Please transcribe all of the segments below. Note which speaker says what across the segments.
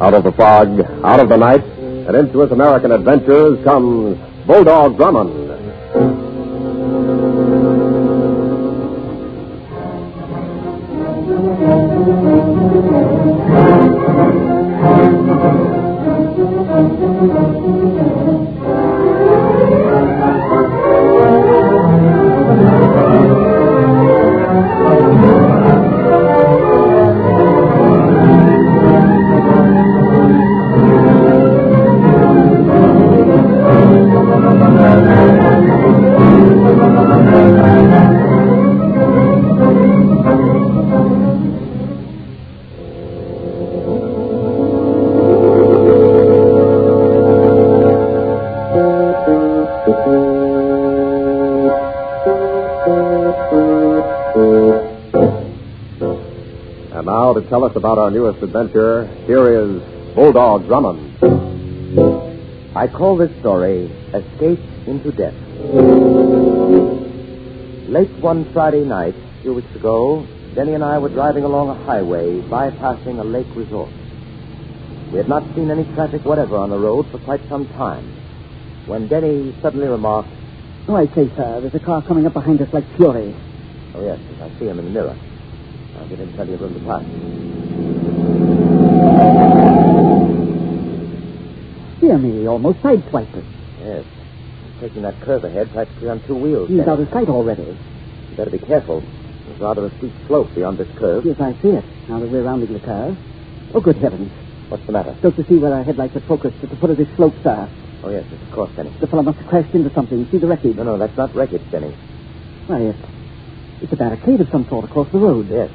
Speaker 1: Out of the fog, out of the night, and into his American adventures comes Bulldog Drummond. And now to tell us about our newest adventure, here is Bulldog Drummond.
Speaker 2: I call this story Escape into Death. Late one Friday night, a few weeks ago, Denny and I were driving along a highway bypassing a lake resort. We had not seen any traffic whatever on the road for quite some time when Denny suddenly remarked,
Speaker 3: Oh, I say, sir, there's a car coming up behind us like fury.
Speaker 2: Oh, yes, yes, I see him in the mirror. I'll give him plenty of room to pass.
Speaker 3: Dear me, he almost sideswiped us.
Speaker 2: Yes. He's taking that curve ahead practically on two wheels.
Speaker 3: He's
Speaker 2: Denny.
Speaker 3: out of sight already.
Speaker 2: You better be careful. There's rather a steep slope beyond this curve.
Speaker 3: Yes, I see it, now that we're rounding the curve. Oh, good heavens.
Speaker 2: What's the matter?
Speaker 3: Don't you see where our headlights are focused at the foot of this slope, sir?
Speaker 2: Oh, yes, yes, of course, Denny.
Speaker 3: The fellow must have crashed into something. See the wreckage?
Speaker 2: No, no, that's not wreckage, Denny.
Speaker 3: Why, it, it's a barricade of some sort across the road.
Speaker 2: Yes.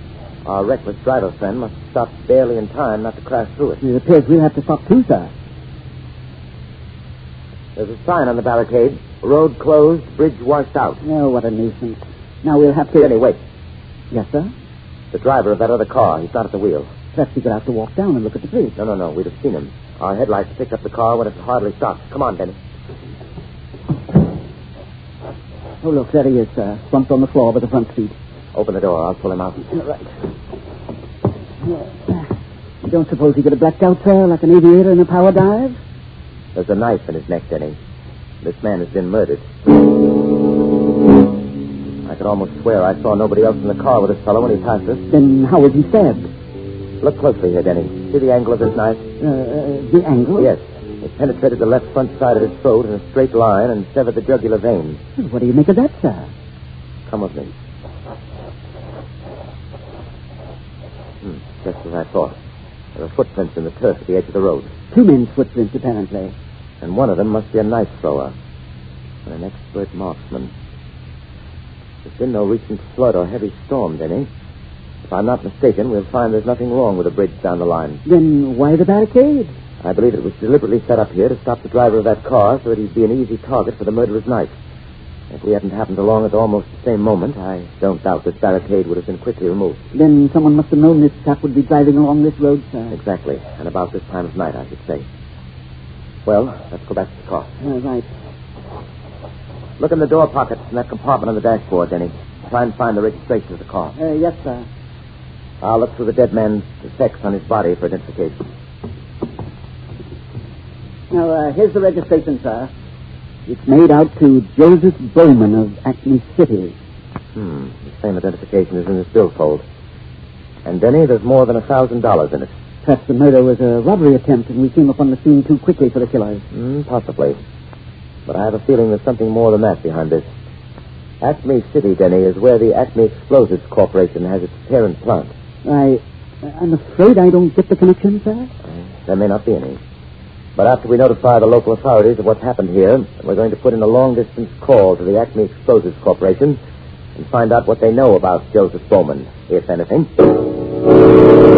Speaker 2: Our reckless driver friend must have stopped barely in time not to crash through it.
Speaker 3: It appears we'll have to stop too, sir.
Speaker 2: There's a sign on the barricade. Road closed, bridge washed out.
Speaker 3: No, Oh, what a nuisance. Now we'll have to...
Speaker 2: Denny, wait.
Speaker 3: Yes, sir?
Speaker 2: The driver of that other car, he's not at the wheel.
Speaker 3: Perhaps we could have to walk down and look at the bridge.
Speaker 2: No, no, no, we'd have seen him. Our headlights picked up the car when it hardly stopped. Come on, Denny.
Speaker 3: Oh, look, there he is, sir. Slumped on the floor by the front seat.
Speaker 2: Open the door. I'll pull him out.
Speaker 3: You don't suppose he could have blacked out, sir, like an aviator in a power dive?
Speaker 2: There's a knife in his neck, Denny. This man has been murdered. I could almost swear I saw nobody else in the car with this fellow when he passed us.
Speaker 3: Then how was he stabbed?
Speaker 2: Look closely here, Denny. See the angle of this knife?
Speaker 3: Uh, uh, the angle?
Speaker 2: Yes. It penetrated the left front side of his throat in a straight line and severed the jugular vein.
Speaker 3: Well, What do you make of that, sir?
Speaker 2: Come with me. Hmm, just as I thought. There are footprints in the turf at the edge of the road,
Speaker 3: Two men's footprints, apparently.
Speaker 2: and one of them must be a knife thrower and an expert marksman. There's been no recent flood or heavy storm, Denny. If I'm not mistaken, we'll find there's nothing wrong with the bridge down the line.
Speaker 3: Then why the barricade?
Speaker 2: I believe it was deliberately set up here to stop the driver of that car so that he'd be an easy target for the murderer's knife. If we hadn't happened along at almost the same moment, I don't doubt this barricade would have been quickly removed.
Speaker 3: Then someone must have known this chap would be driving along this road, sir.
Speaker 2: Exactly, and about this time of night, I should say. Well, let's go back to the car.
Speaker 3: Uh, right.
Speaker 2: Look in the door pockets in that compartment on the dashboard, Denny. Try and find the registration of the car.
Speaker 3: Uh, yes, sir.
Speaker 2: I'll look through the dead man's effects on his body for identification.
Speaker 3: Now, uh, here's the registration, sir. It's made out to Joseph Bowman of Acme City.
Speaker 2: Hmm, the same identification is in this billfold. And, Denny, there's more than a thousand dollars in it.
Speaker 3: Perhaps the murder was a robbery attempt, and we came upon the scene too quickly for the killers.
Speaker 2: Mm, possibly. But I have a feeling there's something more than that behind this. Acme City, Denny, is where the Acme Explosives Corporation has its parent plant.
Speaker 3: I, I'm afraid I don't get the connection, sir.
Speaker 2: There may not be any. But after we notify the local authorities of what's happened here, we're going to put in a long distance call to the Acme Explosives Corporation and find out what they know about Joseph Bowman, if anything.
Speaker 4: That's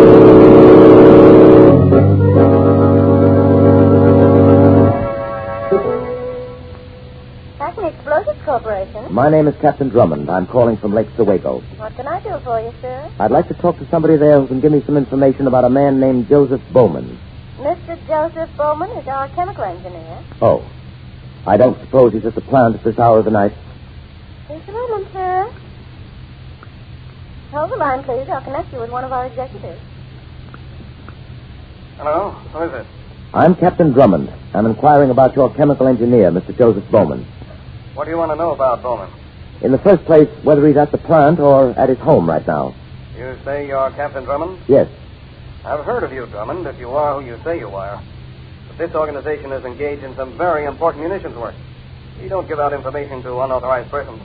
Speaker 4: American Explosives Corporation.
Speaker 2: My name is Captain Drummond. I'm calling from Lake Sewego.
Speaker 4: What can I do for you, sir?
Speaker 2: I'd like to talk to somebody there who can give me some information about a man named Joseph Bowman.
Speaker 4: Mr. Joseph Bowman is our chemical engineer.
Speaker 2: Oh. I don't suppose he's at the plant at this hour of the night.
Speaker 4: Just a moment, sir. Hold the line, please. I'll connect you with one of our executives.
Speaker 5: Hello? Who is it?
Speaker 2: I'm Captain Drummond. I'm inquiring about your chemical engineer, Mr. Joseph Bowman.
Speaker 5: What do you want to know about Bowman?
Speaker 2: In the first place, whether he's at the plant or at his home right now.
Speaker 5: You say you're Captain Drummond?
Speaker 2: Yes.
Speaker 5: I've heard of you, Drummond, if you are who you say you are. But this organization is engaged in some very important munitions work. We don't give out information to unauthorized persons,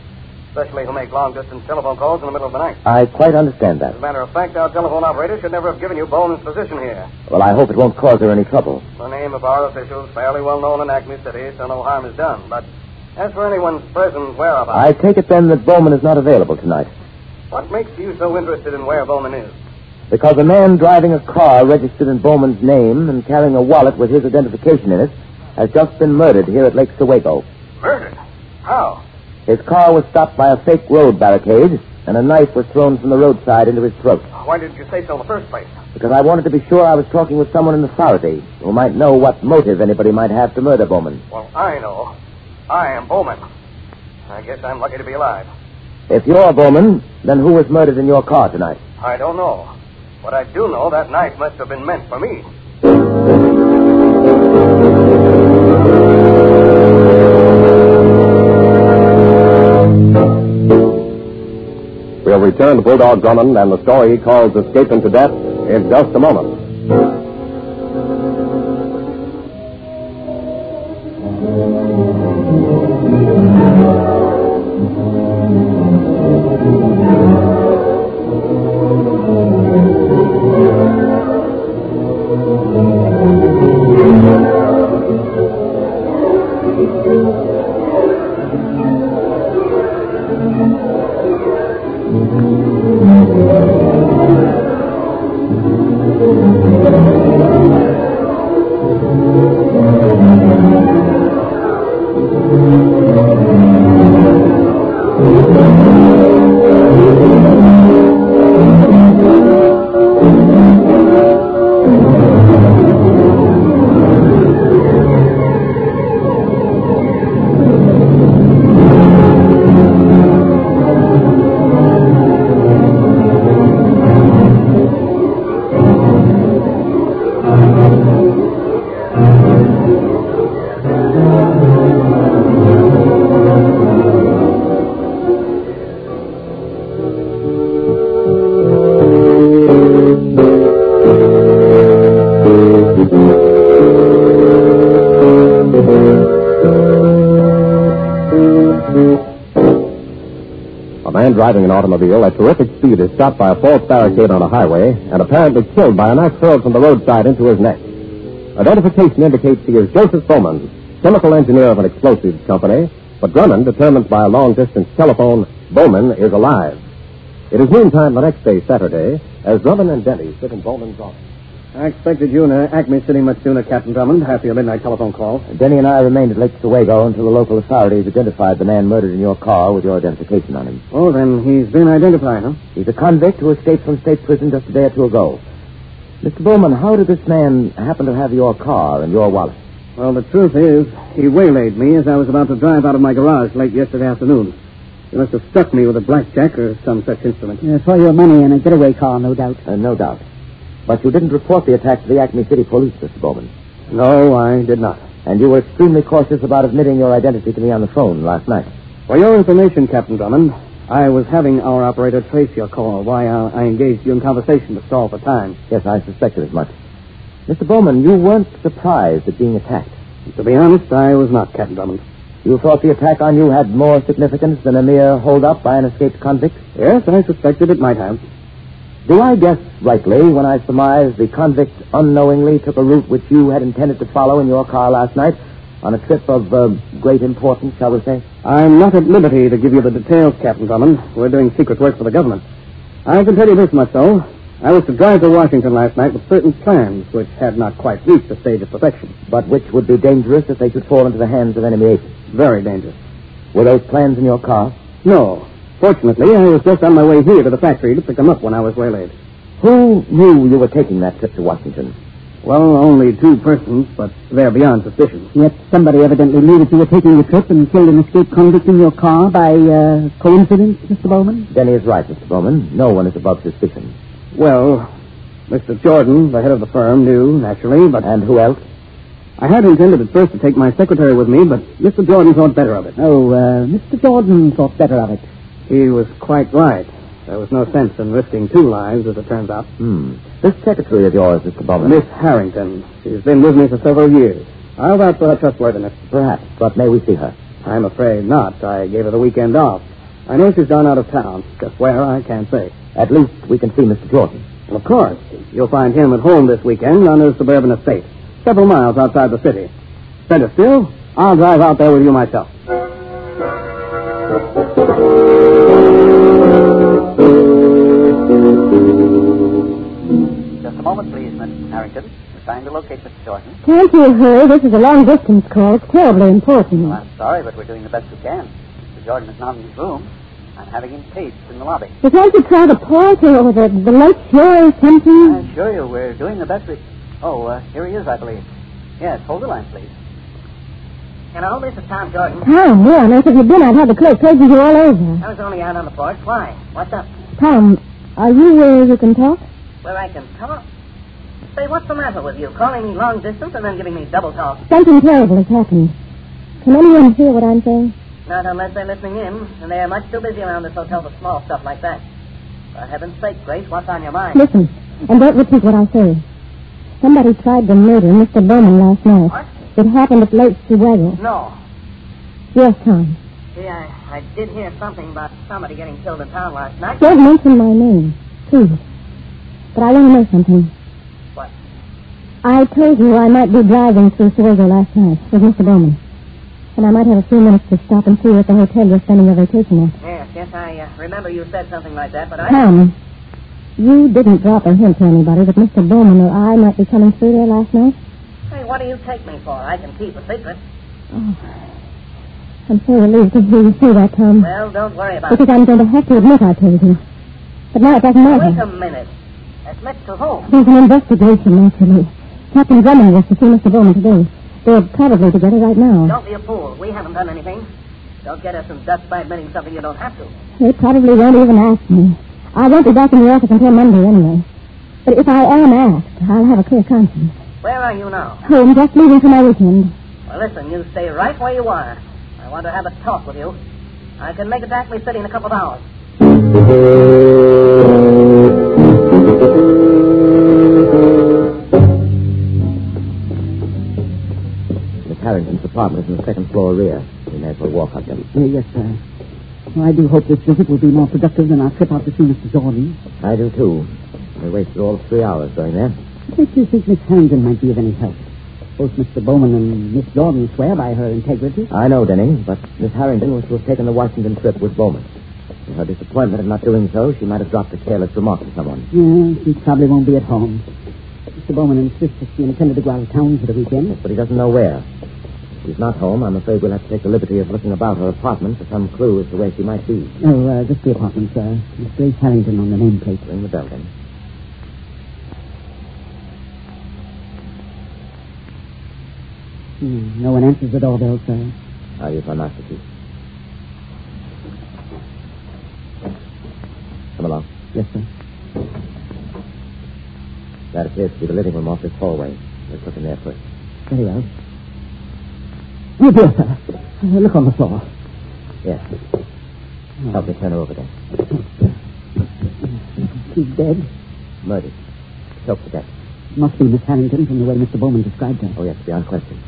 Speaker 5: especially who make long distance telephone calls in the middle of the night.
Speaker 2: I quite understand that.
Speaker 5: As a matter of fact, our telephone operator should never have given you Bowman's position here.
Speaker 2: Well, I hope it won't cause her any trouble.
Speaker 5: The name of our officials fairly well known in Acme City, so no harm is done. But as for anyone's present whereabouts,
Speaker 2: I take it then that Bowman is not available tonight.
Speaker 5: what makes you so interested in where Bowman is?
Speaker 2: Because a man driving a car registered in Bowman's name and carrying a wallet with his identification in it has just been murdered here at Lake Sewego.
Speaker 5: Murdered? How?
Speaker 2: His car was stopped by a fake road barricade, and a knife was thrown from the roadside into his throat.
Speaker 5: Why didn't you say so in the first place?
Speaker 2: Because I wanted to be sure I was talking with someone in authority who might know what motive anybody might have to murder Bowman.
Speaker 5: Well, I know. I am Bowman. I guess I'm lucky to be alive.
Speaker 2: If you're Bowman, then who was murdered in your car tonight?
Speaker 5: I don't know. But I do know that knife must have been meant for me.
Speaker 6: We'll return to Bulldog Drummond and the story he calls Escaping to Death in just a moment. A man driving an automobile at terrific speed is stopped by a false barricade on a highway and apparently killed by a knife hurled from the roadside into his neck. Identification indicates he is Joseph Bowman, chemical engineer of an explosives company, but Drummond determines by a long distance telephone Bowman is alive. It is noontime the next day, Saturday, as Drummond and Denny sit in Bowman's office.
Speaker 3: I expected you in uh, Acme City much sooner, Captain Drummond, after your midnight telephone call.
Speaker 2: Denny and I remained at Lake Sewego until the local authorities identified the man murdered in your car with your identification on him.
Speaker 3: Oh, then he's been identified, huh?
Speaker 2: He's a convict who escaped from state prison just a day or two ago. Mr. Bowman, how did this man happen to have your car and your wallet?
Speaker 3: Well, the truth is, he waylaid me as I was about to drive out of my garage late yesterday afternoon. He must have struck me with a blackjack or some such instrument.
Speaker 7: Uh, for your money in a getaway car, no doubt.
Speaker 2: Uh, no doubt. But you didn't report the attack to the Acme City Police, Mr. Bowman.
Speaker 3: No, I did not.
Speaker 2: And you were extremely cautious about admitting your identity to me on the phone last night.
Speaker 3: For your information, Captain Drummond, I was having our operator trace your call, why uh, I engaged you in conversation to stall for time.
Speaker 2: Yes, I suspected as much. Mr. Bowman, you weren't surprised at being attacked.
Speaker 3: To be honest, I was not, Captain Drummond.
Speaker 2: You thought the attack on you had more significance than a mere holdup by an escaped convict?
Speaker 3: Yes, I suspected it might have.
Speaker 2: Do I guess rightly when I surmise the convict unknowingly took a route which you had intended to follow in your car last night on a trip of uh, great importance, shall we say?
Speaker 3: I'm not at liberty to give you the details, Captain Drummond. We're doing secret work for the government. I can tell you this much, though. I was to drive to Washington last night with certain plans which had not quite reached the stage of perfection.
Speaker 2: But which would be dangerous if they should fall into the hands of enemy agents.
Speaker 3: Very dangerous.
Speaker 2: Were those plans in your car?
Speaker 8: No. Fortunately, I was just on my way here to the factory to pick them up when I was waylaid.
Speaker 2: Who knew you were taking that trip to Washington?
Speaker 8: Well, only two persons, but they're beyond suspicion.
Speaker 3: Yet somebody evidently knew that you were taking the trip and killed an escaped convict in your car by uh, coincidence, Mr. Bowman?
Speaker 2: Denny is right, Mr. Bowman. No one is above suspicion.
Speaker 8: Well, Mr. Jordan, the head of the firm, knew, naturally, but
Speaker 2: And who else?
Speaker 8: I had intended at first to take my secretary with me, but Mr. Jordan thought better of it.
Speaker 3: Oh, uh, Mr. Jordan thought better of it.
Speaker 8: He was quite right. There was no sense in risking two lives, as it turns out.
Speaker 2: Hmm. This secretary of yours, Mr. Bowman.
Speaker 8: Miss Harrington. She's been with me for several years. I'll vouch for her trustworthiness.
Speaker 2: Perhaps, but may we see her?
Speaker 8: I'm afraid not. I gave her the weekend off. I know she's gone out of town. Just where, I can't say.
Speaker 2: At least we can see Mr. Jordan.
Speaker 8: And of course, you'll find him at home this weekend on his suburban estate, several miles outside the city. Better still, I'll drive out there with you myself.
Speaker 9: Just a moment, please, Miss Harrington. We're trying to locate Mr. Jordan.
Speaker 10: Can't you hurry? This is a long distance call. It's terribly important.
Speaker 9: Well, I'm sorry, but we're doing the best we can. Mr. Jordan is not in his room. I'm having him paged in the lobby.
Speaker 10: But can't you try the port or the, the lake shore or
Speaker 9: I
Speaker 10: something?
Speaker 9: assure you, we're doing the best we. Oh, uh, here he is, I believe. Yes, hold the line, please. Hello, this is Tom Jordan.
Speaker 10: Tom, where on earth have you been? I've had the clerk paging you all over.
Speaker 9: I was only out on the porch. Why? What's up?
Speaker 10: Tom, are you where you can talk?
Speaker 9: Well, I can talk. Say, what's the matter with you? Calling me long distance and then giving me double talk?
Speaker 10: Something terrible has happened. Can anyone hear what I'm saying?
Speaker 9: Not unless they're listening in, and they're much too busy around this hotel for small stuff like that. For heaven's sake, Grace, what's on your mind?
Speaker 10: Listen, and don't repeat what I say. Somebody tried to murder Mr. Bowman last night.
Speaker 9: What?
Speaker 10: It happened at Lake Chihuahua.
Speaker 9: No.
Speaker 10: Yes, Tom.
Speaker 9: See, I, I did hear something about somebody getting killed in town last night.
Speaker 10: Don't mention my name, please. But I want to know something.
Speaker 9: What?
Speaker 10: I told you I might be driving through Sorgo last night with Mr. Bowman. And I might have a few minutes to stop and see you at the hotel you're spending your vacation at.
Speaker 9: Yes, yes, I uh, remember you said something like that, but I...
Speaker 10: Tom, you didn't drop a hint to anybody that Mr. Bowman or I might be coming through there last night?
Speaker 9: Hey, what do you take me for? I can keep a secret.
Speaker 10: Oh, I'm so relieved to hear you say that, Tom.
Speaker 9: Well, don't worry about
Speaker 10: Because
Speaker 9: it.
Speaker 10: I'm going to have to admit I told you. But now it doesn't
Speaker 9: Wait a
Speaker 10: matter.
Speaker 9: minute. Admit to who?
Speaker 10: There's an investigation, naturally. Captain Drummond was to see Mr. Bowman today. They're probably together right now.
Speaker 9: Don't be a fool. We haven't done anything. Don't get us in dust by admitting something you don't have to.
Speaker 10: They probably won't even ask me. I won't be back in the office until Monday anyway. But if I am asked, I'll have a clear conscience.
Speaker 9: Where are you now?
Speaker 10: Home, just leaving for my weekend.
Speaker 9: Well, listen, you stay right where you are. I want to have a talk with you. I can make it to Acme City in a couple of hours.
Speaker 2: Miss Harrington's apartment is in the second floor rear. We may as well walk up them.
Speaker 3: Uh, yes, sir. Well, I do hope this visit will be more productive than our trip out to see Mr. Jordan.
Speaker 2: I do, too. We wasted all three hours going there.
Speaker 3: What makes you think Miss Harrington might be of any help? Both Mr. Bowman and Miss Jordan swear by her integrity.
Speaker 2: I know, Denning, but Miss Harrington was to have taken the Washington trip with Bowman. In her disappointment at not doing so, she might have dropped a careless remark to someone.
Speaker 3: Yeah, she probably won't be at home. Mr. Bowman insists that she intended to go out of town for the weekend.
Speaker 2: But he doesn't know where. If she's not home, I'm afraid we'll have to take the liberty of looking about her apartment for some clue as to where she might be.
Speaker 3: Oh, uh, just the apartment, sir. Miss Grace Harrington on the nameplate.
Speaker 2: Ring the bell, then.
Speaker 3: Hmm, no one answers the doorbell, sir.
Speaker 2: I'll use my master key. Come along.
Speaker 3: Yes, sir.
Speaker 2: That appears to be the living room off this hallway. Let's look in there first.
Speaker 3: Very well. Oh, dear, sir. Uh, look on the floor.
Speaker 2: Yes. Help me turn her over there.
Speaker 3: She's dead.
Speaker 2: Murdered. Choked to death.
Speaker 3: Must be Miss Harrington from the way Mr. Bowman described her.
Speaker 2: Oh, yes, beyond question.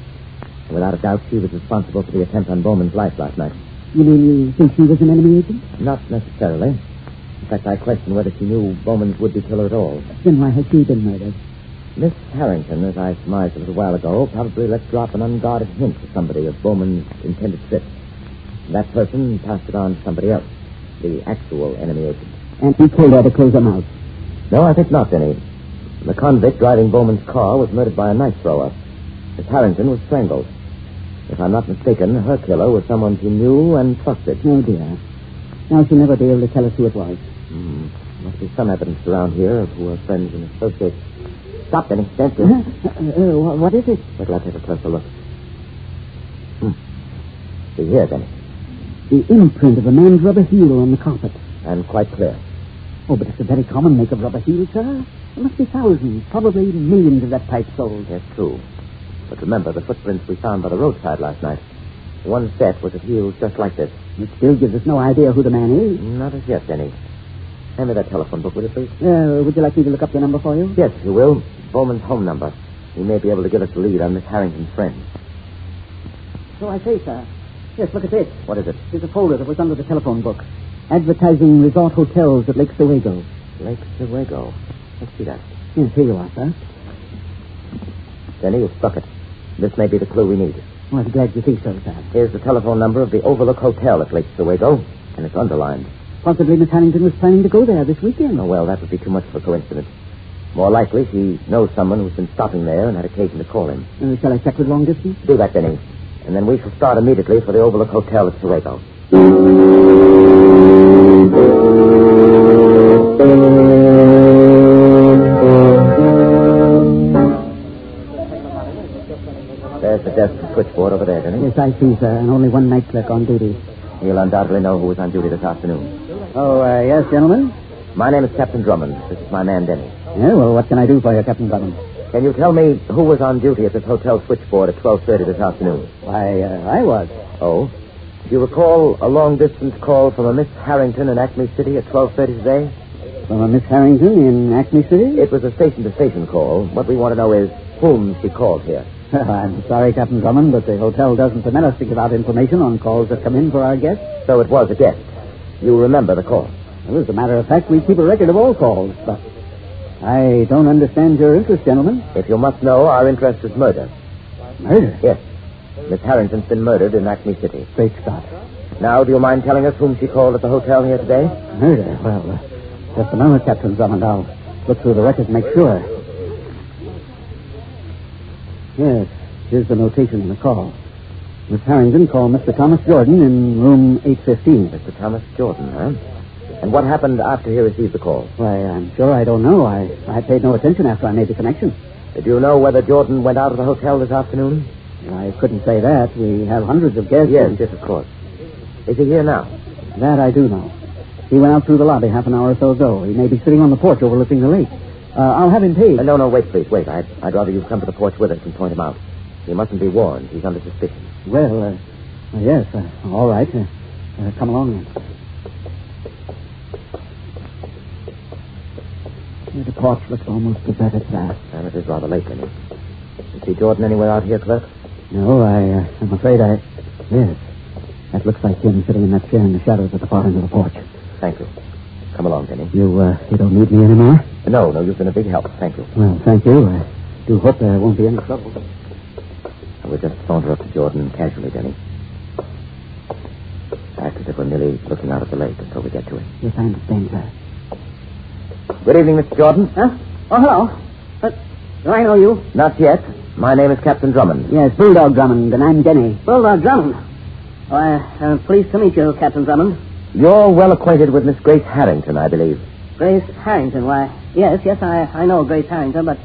Speaker 2: And without a doubt, she was responsible for the attempt on Bowman's life last night.
Speaker 3: You mean you think she was an enemy agent?
Speaker 2: Not necessarily. In fact, I question whether she knew Bowman's would-be killer at all.
Speaker 3: Then why has she been murdered?
Speaker 2: Miss Harrington, as I surmised a little while ago, probably let drop an unguarded hint to somebody of Bowman's intended trip. That person passed it on to somebody else, the actual enemy agent.
Speaker 3: And he told her to close her mouth.
Speaker 2: No, I think not, Denny. The convict driving Bowman's car was murdered by a knife thrower. Miss Harrington was strangled. If I'm not mistaken, her killer was someone she knew and trusted.
Speaker 3: Oh, dear. Now she'll never be able to tell us who it was.
Speaker 2: Hmm. Must be some evidence around here of who her friends and associates. Stop, Benny. Stand still.
Speaker 3: Uh, wha- what is it?
Speaker 2: Wait till I take a closer look. Hmm. See here, Benny.
Speaker 3: The imprint of a man's rubber heel on the carpet.
Speaker 2: And quite clear.
Speaker 3: Oh, but it's a very common make of rubber heel, sir. There must be thousands, probably millions of that type sold.
Speaker 2: Yes, true. But remember the footprints we found by the roadside last night. One set was of heels just like this.
Speaker 3: It still gives us no idea who the man is.
Speaker 2: Not as yet, Benny. Hand me that telephone book, will you, please?
Speaker 3: Uh, would you like me to look up your number for you?
Speaker 2: Yes, if you will. Bowman's home number. He may be able to give us a lead on Miss Harrington's friend.
Speaker 3: So Oh, I say, sir. Yes, look at this.
Speaker 2: What is it?
Speaker 3: There's a folder that was under the telephone book. Advertising resort hotels at Lake Sewego.
Speaker 2: Lake Sewego. Let's see that.
Speaker 3: Yes, here you are, sir.
Speaker 2: Benny, you've struck it. This may be the clue we need.
Speaker 3: Well, Oh, I'm glad you think so, sir.
Speaker 2: Here's the telephone number of the Overlook Hotel at Lake Sewego, and it's underlined.
Speaker 3: Possibly Miss Harrington was planning to go there this weekend.
Speaker 2: Oh, well, that would be too much of a coincidence. More likely, she knows someone who's been stopping there and had occasion to call him.
Speaker 3: Uh, shall I check with long distance?
Speaker 2: Do that, Benny. And then we shall start immediately for the Overlook Hotel at Sewego. There's the desk and switchboard over there, Benny.
Speaker 3: Yes, I see, sir, and only one night clerk on duty.
Speaker 2: He'll undoubtedly know who was on duty this afternoon.
Speaker 3: Oh, uh, yes, gentlemen?
Speaker 2: My name is Captain Drummond. This is my man, Denny.
Speaker 3: Yeah, well, what can I do for you, Captain Drummond?
Speaker 2: Can you tell me who was on duty at this hotel switchboard at 12.30 this afternoon?
Speaker 3: Why, uh, I was.
Speaker 2: Oh? Do you recall a long-distance call from a Miss Harrington in Acme City at 12.30 today?
Speaker 3: From a Miss Harrington in Acme City?
Speaker 2: It was a station-to-station call. What we want to know is whom she called here.
Speaker 3: Well, I'm sorry, Captain Drummond, but the hotel doesn't permit us to give out information on calls that come in for our guests.
Speaker 2: So it was a guest. You remember the call.
Speaker 3: Well, as a matter of fact, we keep a record of all calls, but I don't understand your interest, gentlemen.
Speaker 2: If you must know, our interest is murder.
Speaker 3: Murder?
Speaker 2: Yes. Miss Harrington's been murdered in Acme City.
Speaker 3: Great Scott.
Speaker 2: Now, do you mind telling us whom she called at the hotel here today?
Speaker 3: Murder? Well, uh, just a moment, Captain Drummond. I'll look through the records and make sure. Yes, here's the notation in the call. Miss Harrington called Mr. Thomas Jordan in room 815.
Speaker 2: Mr. Thomas Jordan, Hmm, huh? And what happened after he received the call?
Speaker 3: Why, I'm sure I don't know. I, I paid no attention after I made the connection.
Speaker 2: Did you know whether Jordan went out of the hotel this afternoon?
Speaker 3: I couldn't say that. We have hundreds of guests.
Speaker 2: Yes,
Speaker 3: and-
Speaker 2: yes, of course. Is he here now?
Speaker 3: That I do know. He went out through the lobby half an hour or so ago. He may be sitting on the porch overlooking the lake. Uh, I'll have him paid.
Speaker 2: Uh, no, no, wait, please, wait. I'd, I'd rather you come to the porch with us and point him out. He mustn't be warned. He's under suspicion.
Speaker 3: Well, uh, yes, uh, all right. Uh, uh, come along then. The porch looks almost deserted, sir.
Speaker 2: And it is rather late, isn't it? You see Jordan anywhere out here, clerk?
Speaker 3: No, I, uh, I'm afraid I. Yes. That looks like him sitting in that chair in the shadows at the far end of the porch.
Speaker 2: Thank you. Come along, Denny.
Speaker 3: You, uh, you don't need me anymore?
Speaker 2: No, no, you've been a big help. Thank you.
Speaker 3: Well, thank you. I do hope there won't be any trouble.
Speaker 2: I will just saunter up to Jordan casually, Denny. Act as if we're merely looking out at the lake until we get to him.
Speaker 3: Yes, I understand, sir.
Speaker 2: Good evening, Mr. Jordan.
Speaker 3: Huh? Oh, hello. Uh, do I know you?
Speaker 2: Not yet. My name is Captain Drummond.
Speaker 3: Yes, Bulldog Drummond, and I'm Denny. Bulldog Drummond. Why, uh, pleased to meet you, Captain Drummond.
Speaker 2: You're well acquainted with Miss Grace Harrington, I believe.
Speaker 3: Grace Harrington, why, yes, yes, I, I know Grace Harrington, but,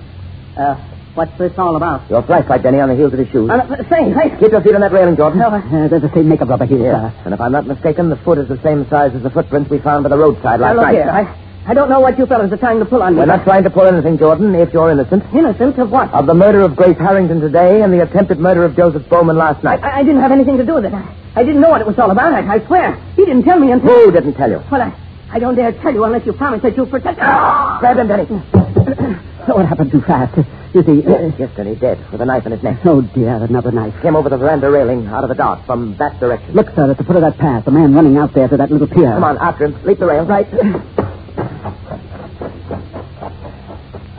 Speaker 3: uh, what's this all about?
Speaker 2: Your flashlight, Denny, on the heels of his shoes.
Speaker 3: Uh, same, same.
Speaker 2: Keep your feet on that railing, Jordan.
Speaker 3: uh, they're the same makeup rubber here,
Speaker 2: Yes. And if I'm not mistaken, the foot is the same size as the footprints we found by the roadside last
Speaker 3: Now, look
Speaker 2: night.
Speaker 3: here. I, I don't know what you fellows are trying to pull on me.
Speaker 2: We're not trying to pull anything, Jordan, if you're innocent.
Speaker 3: Innocent of what?
Speaker 2: Of the murder of Grace Harrington today and the attempted murder of Joseph Bowman last night.
Speaker 3: I, I didn't have anything to do with it. I, I didn't know what it was all about, I, I swear. He didn't tell me until...
Speaker 2: Who didn't tell you?
Speaker 3: Well, I, I don't dare tell you unless you promise that you'll protect...
Speaker 2: Grab him, Denny.
Speaker 3: Oh, it happened too fast. You see, uh,
Speaker 2: Yes, yes, Denny, dead, with a knife in his neck.
Speaker 3: oh dear, another knife.
Speaker 2: Came over the veranda railing out of the dark from that direction.
Speaker 3: Look, sir, at the foot of that path, the man running out there to that little pier.
Speaker 2: Come on, after him. Leap the rail. Right.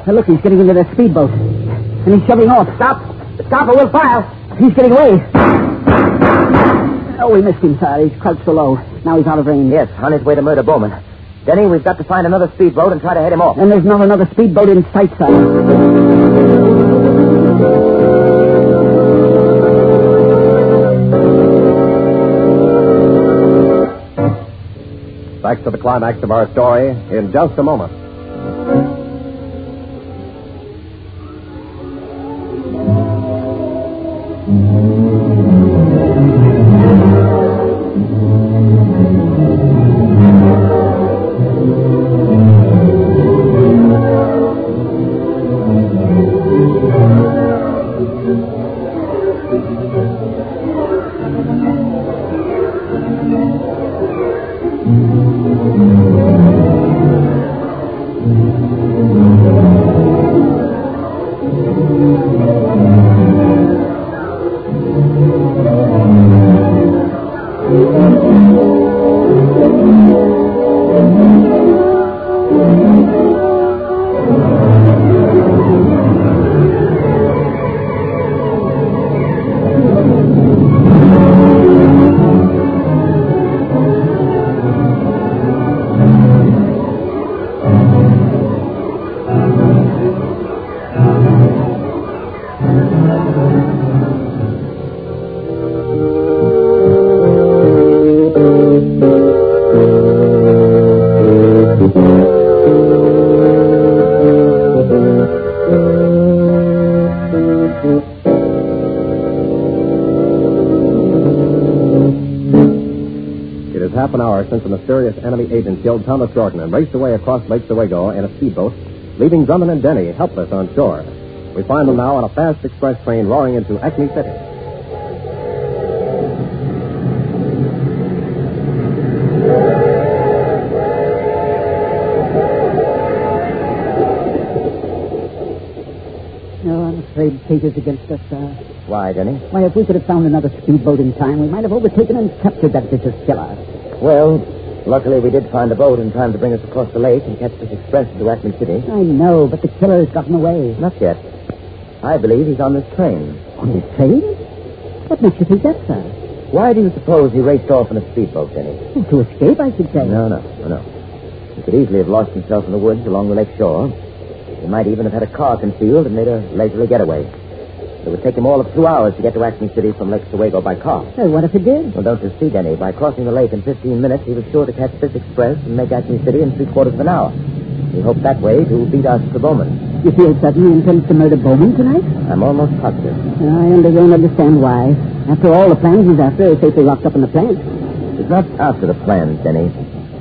Speaker 3: Hey, look, he's getting into that speedboat. And he's shoving off. Stop! Stop or we'll fire! He's getting away. Oh, we missed him, sir. He's crouched so low. Now he's out of range.
Speaker 2: Yes, on his way to murder Bowman. Denny, we've got to find another speedboat and try to head him off.
Speaker 3: And there's not another speedboat in sight, sir.
Speaker 1: Back to the climax of our story in just a moment. It is half an hour since a mysterious enemy agent killed Thomas Jordan and raced away across Lake Sewego in a speedboat, leaving Drummond and Denny helpless on shore. We find them now on a fast express train roaring into Acme City.
Speaker 3: No, I'm afraid fate is against us, Sal.
Speaker 2: Why, Denny?
Speaker 3: Why, if we could have found another speedboat in time, we might have overtaken and captured that vicious killer.
Speaker 2: Well, luckily we did find a boat in time to bring us across the lake and catch this express to Acme City.
Speaker 3: I know, but the killer's gotten away.
Speaker 2: Not yet. I believe he's on this train.
Speaker 3: On the train? What makes you think that, sir?
Speaker 2: Why do you suppose he raced off in a speedboat, Denny?
Speaker 3: Oh, to escape, I should say.
Speaker 2: No, no, no, no. He could easily have lost himself in the woods along the lake shore. He might even have had a car concealed and made a leisurely getaway. It would take him all of two hours to get to Acme City from Lake Sewego by car.
Speaker 3: Well, what if it did?
Speaker 2: Well, don't you see, Denny? By crossing the lake in 15 minutes, he was sure to catch this express and make Acme City in three quarters of an hour. He hoped that way to beat us to Bowman.
Speaker 3: You feel certain he intends to murder Bowman tonight?
Speaker 2: I'm almost positive.
Speaker 3: I under- don't understand why. After all the plans he's after are safely locked up in the plant.
Speaker 2: It's not after the plans, Denny.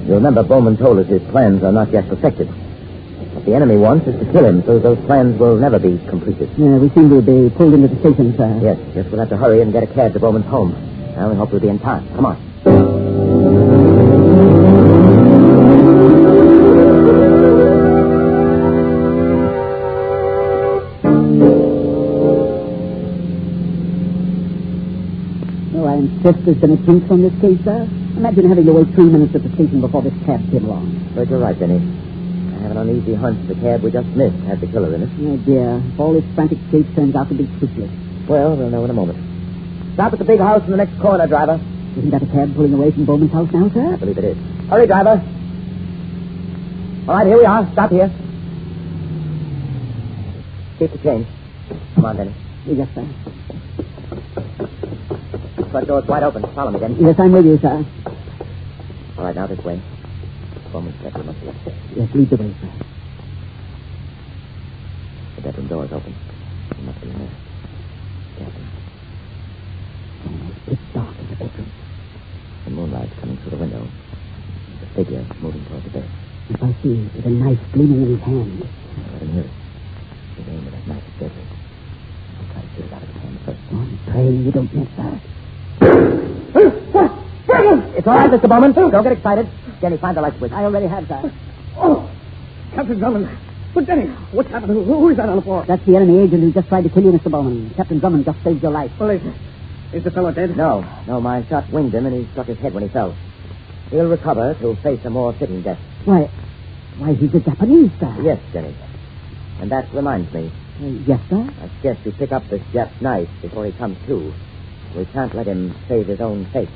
Speaker 2: You remember Bowman told us his plans are not yet perfected. What the enemy wants is to kill him, so those plans will never be completed.
Speaker 3: Yeah, we seem to be pulled into the station, sir.
Speaker 2: Yes, yes, we'll have to hurry and get a cab to Bowman's home. I only hope we'll be in time. Come on.
Speaker 3: Oh, I insist there's been a jinx on this case, sir. Imagine having to wait three minutes at the station before this cab came along.
Speaker 2: But you're right, Denny. I have an uneasy hunch the cab we just missed had the killer in it.
Speaker 3: Oh, dear. If all this frantic chase turns out to be fruitless,
Speaker 2: Well, we'll know in a moment. Stop at the big house in the next corner, driver.
Speaker 3: isn't that a cab pulling away from Bowman's house
Speaker 2: I
Speaker 3: now, sir?
Speaker 2: believe it is. Hurry, driver. All right, here we are. Stop here. Keep the change. Come on, Denny.
Speaker 3: Yes, sir.
Speaker 2: The front door's wide open. Follow me, Denny.
Speaker 3: Yes, I'm with you, sir.
Speaker 2: All right, now this way. Bowman's bedroom must be upstairs.
Speaker 3: Yes, lead the way, sir.
Speaker 2: The bedroom door is open. He must be in there. Captain,
Speaker 3: It's dark in the bedroom.
Speaker 2: the moonlight's coming through the window. The figure moving toward the bed.
Speaker 3: If I see it with a knife gleaming in his hand,
Speaker 2: Let him hear it. His aim with that knife is deadly. I'll try to get it out of his hand first.
Speaker 3: oh, I'm praying you don't miss, sir.
Speaker 2: It's all right, Mr. Bowman. Don't get excited. Jenny, find the light switch.
Speaker 3: I already have, sir.
Speaker 8: Oh, Captain Drummond. But, Denny, what's happened? Who- Who is that on the floor?
Speaker 3: That's the enemy agent who just tried to kill you, Mr. Bowman. Captain Drummond just saved your life.
Speaker 8: Well, is, is the fellow dead?
Speaker 2: No, no, my shot winged him, and he struck his head when he fell. He'll recover to face a more fitting death.
Speaker 3: Why, why, he's a Japanese, sir.
Speaker 2: Yes, Jenny. And that reminds me,
Speaker 3: Uh, yes, sir.
Speaker 2: I suggest you pick up this Jap's knife before he comes to. We can't let him save his own face.